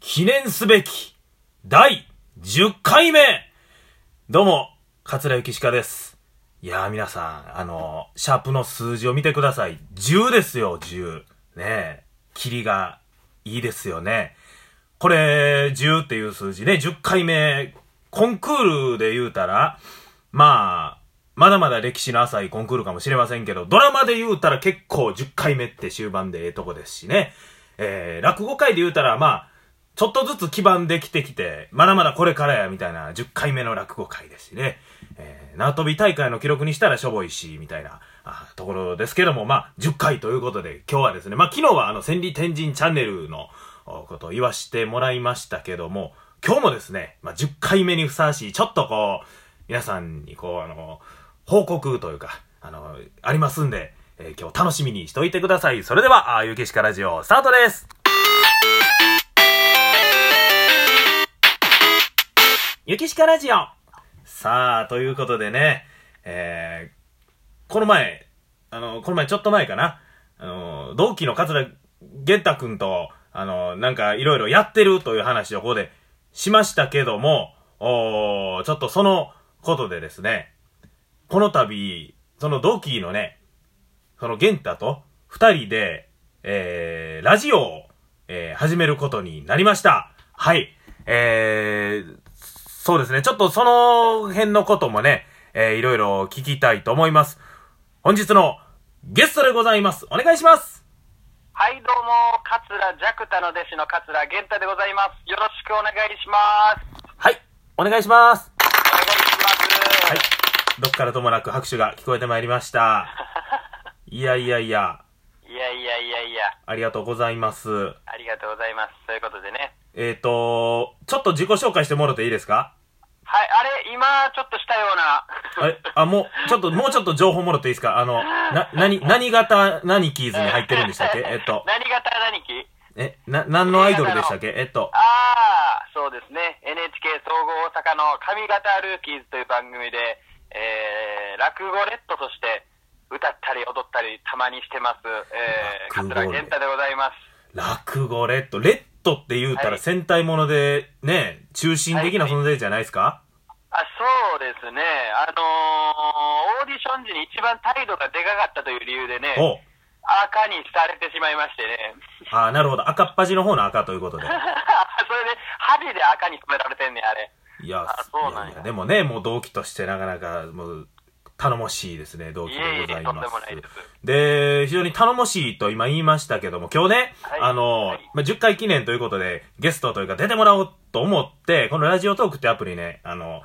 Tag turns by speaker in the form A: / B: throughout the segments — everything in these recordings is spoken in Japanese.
A: 記念すべき第10回目どうも、桂ゆきしかです。いやー皆さん、あのー、シャープの数字を見てください。10ですよ、10。ねえ、霧がいいですよね。これ、10っていう数字ね、10回目、コンクールで言うたら、まあ、まだまだ歴史の浅いコンクールかもしれませんけど、ドラマで言うたら結構10回目って終盤でええとこですしね。えー、落語界で言うたら、まあ、ちょっとずつ基盤できてきて、まだまだこれからや、みたいな10回目の落語会ですしね。えー、縄跳び大会の記録にしたらしょぼいし、みたいな、あところですけども、まあ、10回ということで、今日はですね、まあ、昨日はあの、千里天神チャンネルのおことを言わしてもらいましたけども、今日もですね、まあ、10回目にふさわしい、ちょっとこう、皆さんにこう、あの、報告というか、あの、ありますんで、えー今日楽しみにしておいてください。それでは、あーゆけしかラジオ、スタートですゆきしかラジオさあ、ということでね、えー、この前、あの、この前ちょっと前かな、あの、同期の桂源太くんと、あの、なんかいろいろやってるという話をここでしましたけども、おーちょっとそのことでですね、この度、その同期のね、その源太と二人で、えー、ラジオを、えー、始めることになりました。はい。えー、そうですね。ちょっとその辺のこともね、えー、いろいろ聞きたいと思います。本日のゲストでございます。お願いします。
B: はい、どうも、桂ジャクタの弟子の桂源太でございます。よろしくお願いします。
A: はい。お願いします。
B: お願いします。
A: はい。どっからともなく拍手が聞こえてまいりま した。いやいやいや、
B: い、やいやいやいや、
A: ありがとうございます。
B: ありがとうございます。ということでね。
A: えっ、ー、と、ちょっと自己紹介してもろていいですか
B: はい、あれ、今、ちょっとしたような。、
A: あれあ、もう、ちょっと、もうちょっと情報もろていいですかあの、な、なに、何型、何キーズに入ってるんでしたっけえっと
B: 何型何期
A: え、な、何のアイドルでしたっけえっと、
B: あー、そうですね。NHK 総合大阪の上方ルーキーズという番組で、えー、落語レッドとして、歌ったり踊ったりたまにしてます。えー、
A: 落語
B: 桂源太でございます。
A: 落語レッド。レッドって言うた
B: は
A: ら
B: い
A: 戦隊もので、ね、中心的な存在じゃないですか
B: あそうですね、あのーオーディション時に一番態度がでかかったという理由でね、
A: お
B: 赤にされてしまいましてね、
A: あーなるほど。赤っ端の方の赤ということで。
B: それで針で赤に染められてんねんあれ。
A: いや、
B: あそうなんや
A: いでもね、もう同期としてなかなか、もう、頼もしいですね、同期
B: い
A: で
B: えいえ、
A: ござい
B: とん
A: ま
B: ですもないです。。
A: で、非常に頼もしいと今言いましたけども、今日ね、
B: はい
A: あの、
B: はい
A: まあ、10回記念ということで、ゲストというか出てもらおうと思って、このラジオトークってアプリね、あの、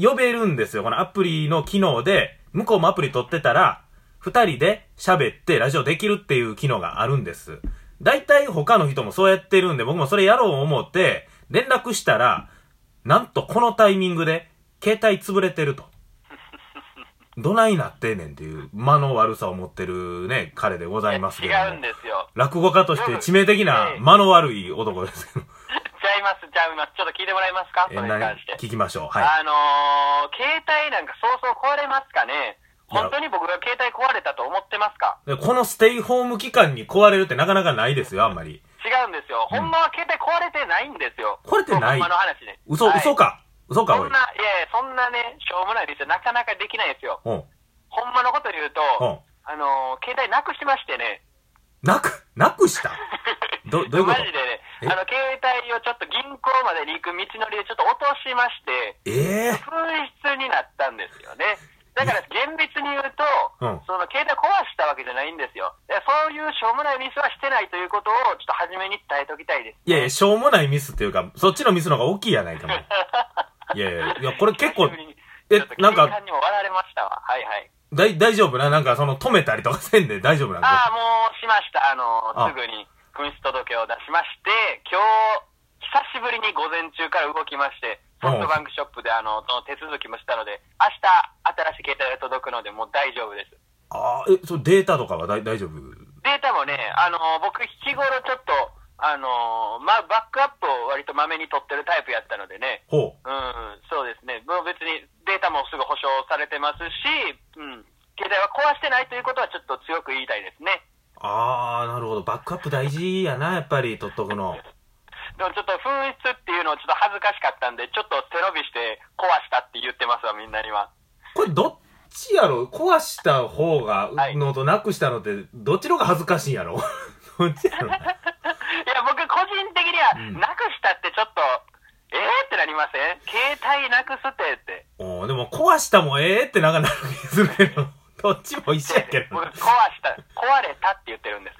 A: 呼べるんですよ。このアプリの機能で、向こうもアプリ取ってたら、二人で喋ってラジオできるっていう機能があるんです。大体他の人もそうやってるんで、僕もそれやろう思って、連絡したら、なんとこのタイミングで、携帯潰れて ると。どないなってんねんっていう、間の悪さを持ってるね、彼でございますけども。
B: 違うんですよ。
A: 落語家として致命的な間の悪い男ですけど。
B: ちゃいます、ちゃいます。ちょっと聞いてもらえますか、そ
A: え
B: れに
A: 何
B: 関して。
A: 聞きましょう。はい。
B: あのー携帯なんかそうそう壊れますかね
A: いや
B: 本当に僕が携帯壊れたと思ってますか
A: でこのステイホーム期間に壊れるってなかなかないですよ、あんまり。
B: 違うんですよ。ほんまは携帯壊れてないんですよ。
A: 壊れてない
B: ほんまの話ね。
A: 嘘、
B: はい
A: 嘘か。嘘か、
B: そ
A: おい
B: ん。な、いやいや、そんなね、しょうもないですよ。なかなかできないですよ。
A: うん。
B: ほんまのこと言うと、
A: うん。
B: あのー携帯なくしましてね。
A: なく、なくしたど、どういうこ
B: マ
A: と
B: ジでね、
A: え
B: あの、携帯をちょっと銀行までに行く道のりでちょっと落としまして、
A: ええ
B: 紛失になったんですよね。だから厳密に言うと、
A: うん
B: その携帯壊したわけじゃないんですよ。でそういうしょうもないミスはしてないということを、ちょっと初めに伝えときたいです。
A: いやいや、しょうもないミスっていうか、そっちのミスの方が大きいやないかも。いやいや、いや、これ結構
B: 久しぶ、りに
A: え
B: ちょっと、
A: なん
B: 警
A: か、
B: 官にも笑われましたわ。はいはい。
A: だい、大丈夫ななんか、その、止めたりとかせんで大丈夫なん
B: ああ、
A: か。
B: もうしました。あの
A: あ
B: すぐに紛失届を出しまして、今日、久しぶりに午前中から動きまして、ソフトバンクショップであのその手続きもしたので、明日、新しい携帯が届くので、もう大丈夫です。
A: ああ、え、そう、データとかは大大丈夫
B: データもね、あの僕、日頃ちょっと、あのま、バックアップを割とまめに取ってるタイプやったのでね、
A: ほう。
B: うん、そうですね、もう別にデータもすぐ保証されてますし、うん、携帯は壊してないということは、ちょっと強く言いたいですね。
A: ああ、なるほど。バックアップ大事やな、やっぱり、とっとくの。
B: でもちょっと紛失っていうのをちょっと恥ずかしかったんで、ちょっと背伸びして壊したって言ってますわ、みんなには。
A: これどっちやろ壊した方が
B: はい
A: のとなくしたのって、どっちの方が恥ずかしいんやろ どっちやろ
B: いや、僕個人的には、
A: うん
B: なくしたってちょっと、えーってなりません携帯なくすってって。
A: おーでも壊したもええってなんかなる気するけど、 どっちも一緒やけど
B: 僕
A: な。
B: 壊した、壊れたって言ってるんです。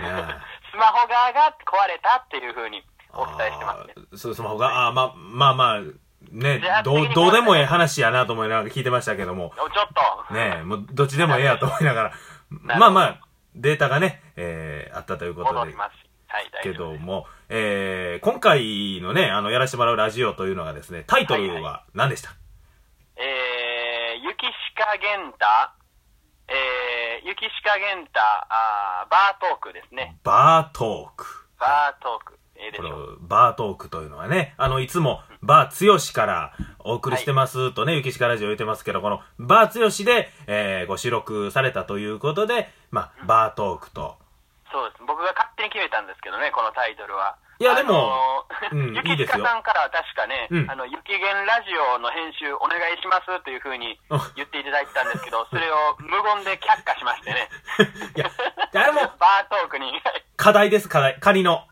A: いや
B: スマホ側が壊れたっていうふうにお伝えしてますね。
A: あーそう、スマホが、あーま、まあまあ、ね
B: 自、発的
A: ど
B: に
A: う、どうでもええ話やなと思いながら聞いてましたけども、
B: ちょっと、
A: ねえ、もうどっちでもええやと思いながら、
B: なるほど
A: まあまあ、データがね、えーあったということ
B: 戻
A: で
B: り、ます。はい、大丈
A: け
B: 夫
A: ども、えー今回のね、あの、やらせてもらうラジオというのがですね、タイト
B: は
A: ル
B: い
A: は何でした、
B: えー、雪鹿源太、えー、雪鹿源太あー、バートークですね。
A: バートーク。
B: バートーク。ええでし
A: こ
B: ょう。
A: のバートークというのはね、あの、いつも、バーつよしからお送りしてますとね、ゆきしかラジオ言ってますけど、このバーつよしで、えーご収録されたということで、まあ、バートークと。
B: そうです。僕が勝手に決めたんですけどね、このタイトルは。
A: いやでも
B: あのー
A: うんいい
B: 雪
A: です
B: 塚
A: よ
B: さんからは確かね、
A: うん
B: あの、雪源ラジオの編集お願いしますというふうに
A: あ
B: 言っていただいてたんですけど、それを無言で却下しまして ね。
A: いや、あれも
B: バートークに。
A: 課題です、課題。仮の。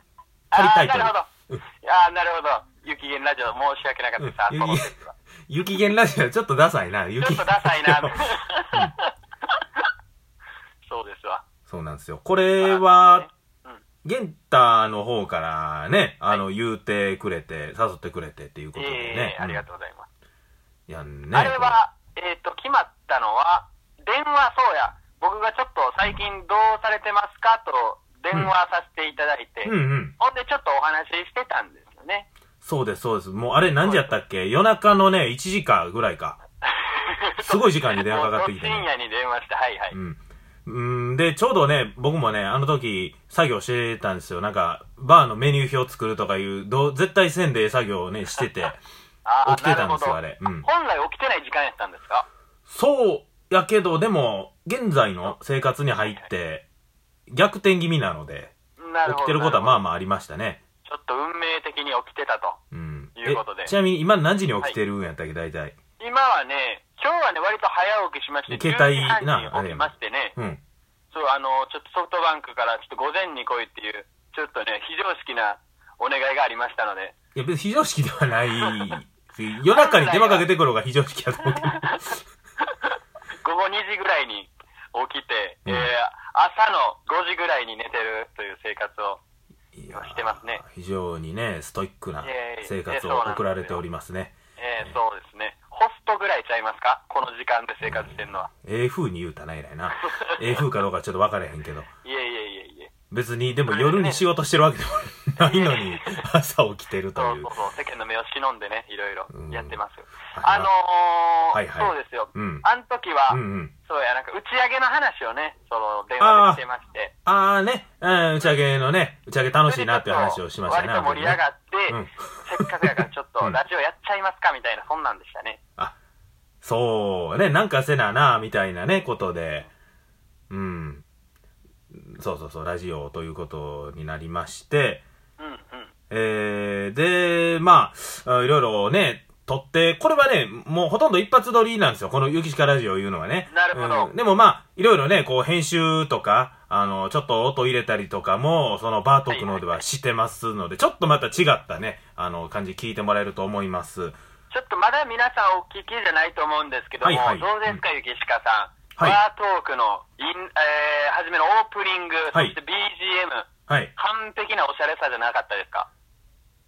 A: 仮
B: あ
A: タ
B: あー、
A: イト
B: な
A: ル
B: る。ほど。いやーなるほど。雪源ラジオ申し訳なかった
A: うん
B: ですあそうですわ。
A: 雪源ラジオ、ちょっとダサいな、
B: ち
A: 雪
B: ょっとダサい な。そうですわ。
A: そうなんですよ。これは、
B: あうん
A: ゲンタの方からね、あの、言うてくれて、誘ってくれてっていうことでね
B: え。えありがとうございます。
A: うん。いやね。
B: あれは、えっ、と、決まったのは、電話、そうや、僕がちょっと最近どうされてますかと電話させていただいて、
A: これ。うんうん。
B: ほんでちょっとお話ししてたんですよね。
A: そうです、そうです。もうあれ何時やったっけ夜中のね、1時間ぐらいか。 すごい時間に電話かかって きてね
B: もう深夜に電話して、はいはい。
A: うん。うん、で、ちょうどね、僕もね、あの時、作業してたんですよ。なんか、バーのメニュー表作るとかいう、どう絶対せんでええ作業をね、してて、
B: あー
A: 起きてたんですよあ
B: なるほど
A: れうん
B: 本来起きてない時間やったんですか
A: そうやけど、でも、現在の生活に入って、逆転気味なので、
B: なる
A: 起
B: ほど。
A: きてることはまあ
B: なる
A: まあありましたね。
B: ほどちょっと運命的に起きてたと。
A: うん。
B: いうことで
A: えちなみに今何時に起きてるんやったっけ、大体。
B: 今はね、今日はね、割と早起きしまして、
A: 携帯
B: 10時半に
A: なあれ
B: 起きましてね、
A: うん。
B: そう、あの、ちょっとソフトバンクから、ちょっと午前に来いっていう、ちょっとね、非常識なお願いがありましたので、
A: いや、別に非常識ではない。 夜中に電話かけてくる方が非常識やと 思うけど。
B: 午後2時ぐらいに起きて、
A: うん
B: えー朝の5時ぐらいに寝てるという生活を、
A: いやー
B: してますね
A: 非常にね、ストイックない
B: やいや
A: 生活
B: いやそう
A: を
B: なんですよ
A: 送られておりますね。
B: えーそうですね、ホストぐらいちゃいますか、この時間で生活してるのは。
A: ええ風に言うたな、偉い な。ええ風かどうかちょっと分からへんけど。
B: いえいえいえいえ、
A: 別に、でも
B: そうですね
A: 夜に仕事してるわけでもないの に、朝起きてると
B: そう
A: いう
B: そう。そう、世間の目を忍んでね、いろいろ
A: うん
B: やってますよ。
A: は
B: あ
A: い
B: のー
A: はいはい
B: そうですよ、
A: うん
B: あの時は、
A: うんうん。
B: そうや、なんか打ち上げの話をね、その電話でしてまして。
A: あーね、うん、打ち上げのね、打ち上げ楽しいなっていう話をしましたね。
B: 割と盛り上がって、
A: うん
B: せっかくやからちょっ とラジオやっちゃいますかみたいな、そんなんでしたね。
A: あ、そうね、なんかせなな、みたいなね、ことで、うん。そうそうそう、ラジオということになりまして、
B: うんうん。
A: えー、で、まあ、あいろいろね、撮って、これはね、もうほとんど一発撮りなんですよ。このゆきしかラジオいうのはね。
B: なるほど
A: うんでもまあ、いろいろね、こう編集とか、あの、ちょっと音入れたりとかも、そのバートクのではしてますので、ちょっとまた違ったね、あの、感じ聞いてもらえると思います。
B: ちょっとまだ皆さんお聞きじゃないと思うんですけども、
A: はいはい
B: どうですか、ゆきしかさん。
A: はい
B: バートークのイン、えー、初めのオープニング、
A: はい
B: そして BGM、
A: はい。
B: 完璧なおしゃれさじゃなかったですか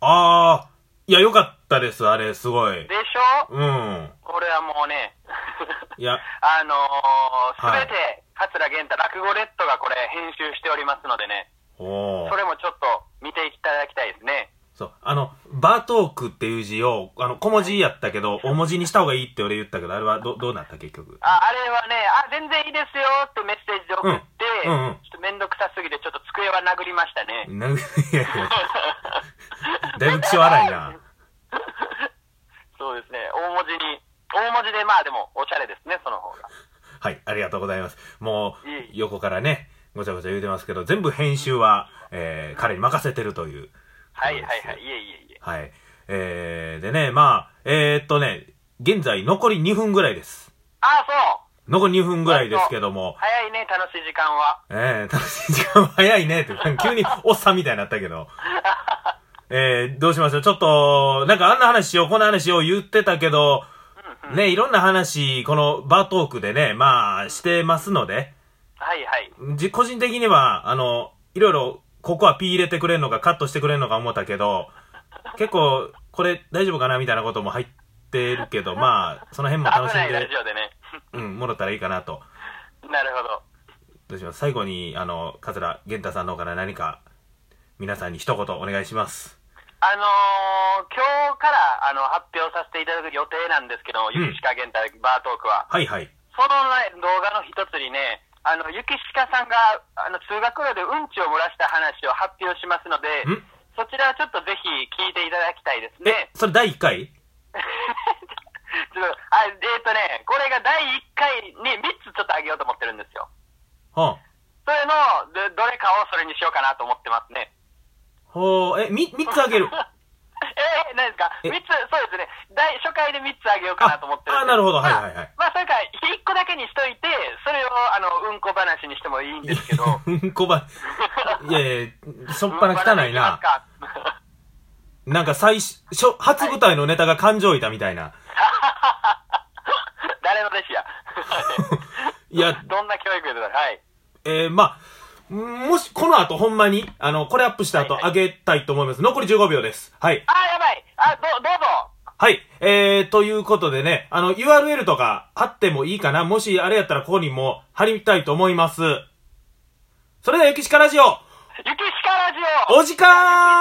A: あー、いや、よかったです、あれ、すごい
B: で。しょ
A: うん。
B: これはもうね、
A: いや、
B: あのー、す
A: はい
B: べて、桂源太落語レッドがこれ編集しておりますのでね、
A: おー
B: そ。れもちょっと見ていただきたいですね。
A: そう。あの、バートークっていう字を、あの、小文字やったけど、大文字にした方がいいって俺言ったけど、あれはど、どうなった結局。
B: ああれはね、あ、全然いいですよってメッセージで送って、
A: うんうんうん
B: ちょっとめんどくさすぎて、ちょっと机は殴りましたね。
A: なんいやいやだいぶ気性荒いな。
B: そうですね、大文字に、大文字で、まあでも、おしゃれですね、その方が。
A: はい、ありがとうございます。も、
B: いえいう
A: 横からね、ごちゃごちゃ言うてますけど、全部編集は、えー、彼に任せてるという
B: はいはいはい。いえいえいえ。
A: はい。えー、でね、まあ、えー、っとね、現在残り2分ぐらいです。
B: ああ、そう
A: 残り2分ぐらいですけども、
B: 早いね、楽しい時間は。
A: えー、楽しい時間早いねって、 なんか急におっさんみたいになったけど。えー、どうしましょうちょっと、なんかあんな話しよう、こんな話しよう言ってたけど、ね、いろんな話、このバートークでね、まあ、してますので、
B: はいはい。
A: じ個人的には、あの、いろいろ、ここはピー入れてくれるのか、カットしてくれるのか思ったけど、結構、これ大丈夫かなみたいなことも入ってるけど、まあ、その辺も楽し
B: 危
A: ん
B: ないラ
A: で
B: ジ、オでね。
A: うん、もろたらいいかなと。
B: なるほど。
A: どうします最後に、あの、桂源太さんの方から何か、皆さんに一言お願いします。
B: あのー、今日からあの発表させていただく予定なんですけど、
A: ん
B: ゆきしか現代バートークは。
A: はいはい。
B: そのね動画の一つにね、あの、ゆきしかさんが、あの、通学路でうんちを漏らした話を発表しますので
A: ん、
B: そちらはちょっとぜひ聞いていただきたいです
A: え
B: ね、。
A: それ第1回
B: ちょっとあえー、とね、これが第1回に3つちょっとあげようと思ってるんですよ。
A: は
B: それの、どどれかをそれにしようかなと思ってますね。
A: あ。はあ、え、み、3つあげる。
B: えー、何ですか
A: え
B: 三つ、そうですね。第初回で3つあげようかなと思ってるんで
A: ああなるほど
B: ま
A: はいはいはい
B: まあ、それから1個だけにしといて、それを、あの、うんこ話にしてもいいんです けど。
A: うんこば、いやいや、しょっぱな汚いな。
B: うんこ話いきますか
A: なんか最初、初初舞台のネタが感情いたみたいな。
B: 誰の弟子や。
A: いや、
B: どんな教育でだはい。
A: えー、まあ、もし、この後ほんまに、あの、これアップした後
B: はいは
A: あげたいと思います。残り15秒です。はい。
B: あー、やばい。あ、ど、どうぞ。
A: はい。えー、ということでね、あの、URL とか貼ってもいいかなもし、あれやったらここにも貼りたいと思います。それでは、ゆきしかラジオ、
B: ゆきしかラジオ
A: お時間